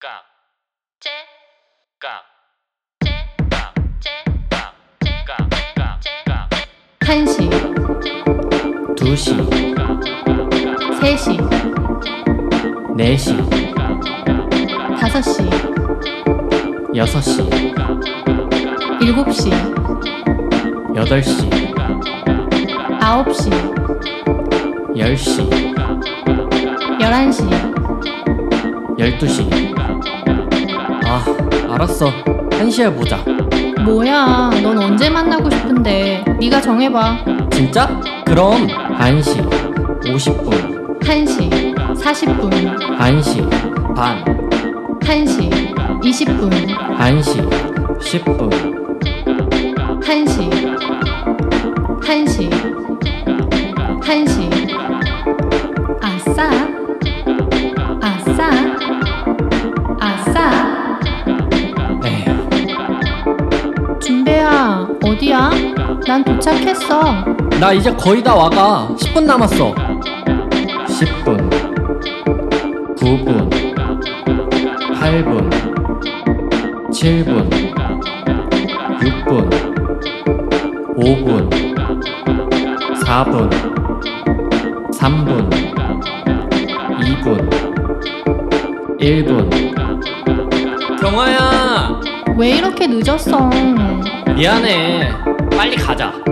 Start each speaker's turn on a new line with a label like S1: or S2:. S1: 깍,
S2: 째,
S1: 깍,
S2: 째,
S1: 깍,
S2: 째,
S1: 깍,
S2: 째,
S1: 깍, 깍, 깍, 깍,
S3: 1시,
S2: 째,
S3: 2시,
S1: 깍, 깍, 깍, 깍.
S3: 3시, 4시, 5시, 6시, 7시, 8시, 9시, 10시, 11시, 12시. 아, 알았어. 1시에 보자.
S2: 뭐야, 넌 언제 만나고 싶은데? 네가 정해봐.
S3: 진짜? 그럼 1시, 50분,
S2: 1시, 40분,
S3: 1시, 반,
S2: 1시, 20분,
S3: 1시, 10분,
S2: 1시, 1시, 1시. 아싸, 아싸, 아싸.
S3: 에휴,
S2: 준배야, 어디야? 난 도착했어.
S3: 나 이제 거의 다 와가. 10분 남았어. 10분, 9분, 8분, 7분, 6분, 5분, 4분, 3분, 2분, 1분. 경화야,
S2: 왜 이렇게 늦었어?
S3: 미안해. 빨리 가자.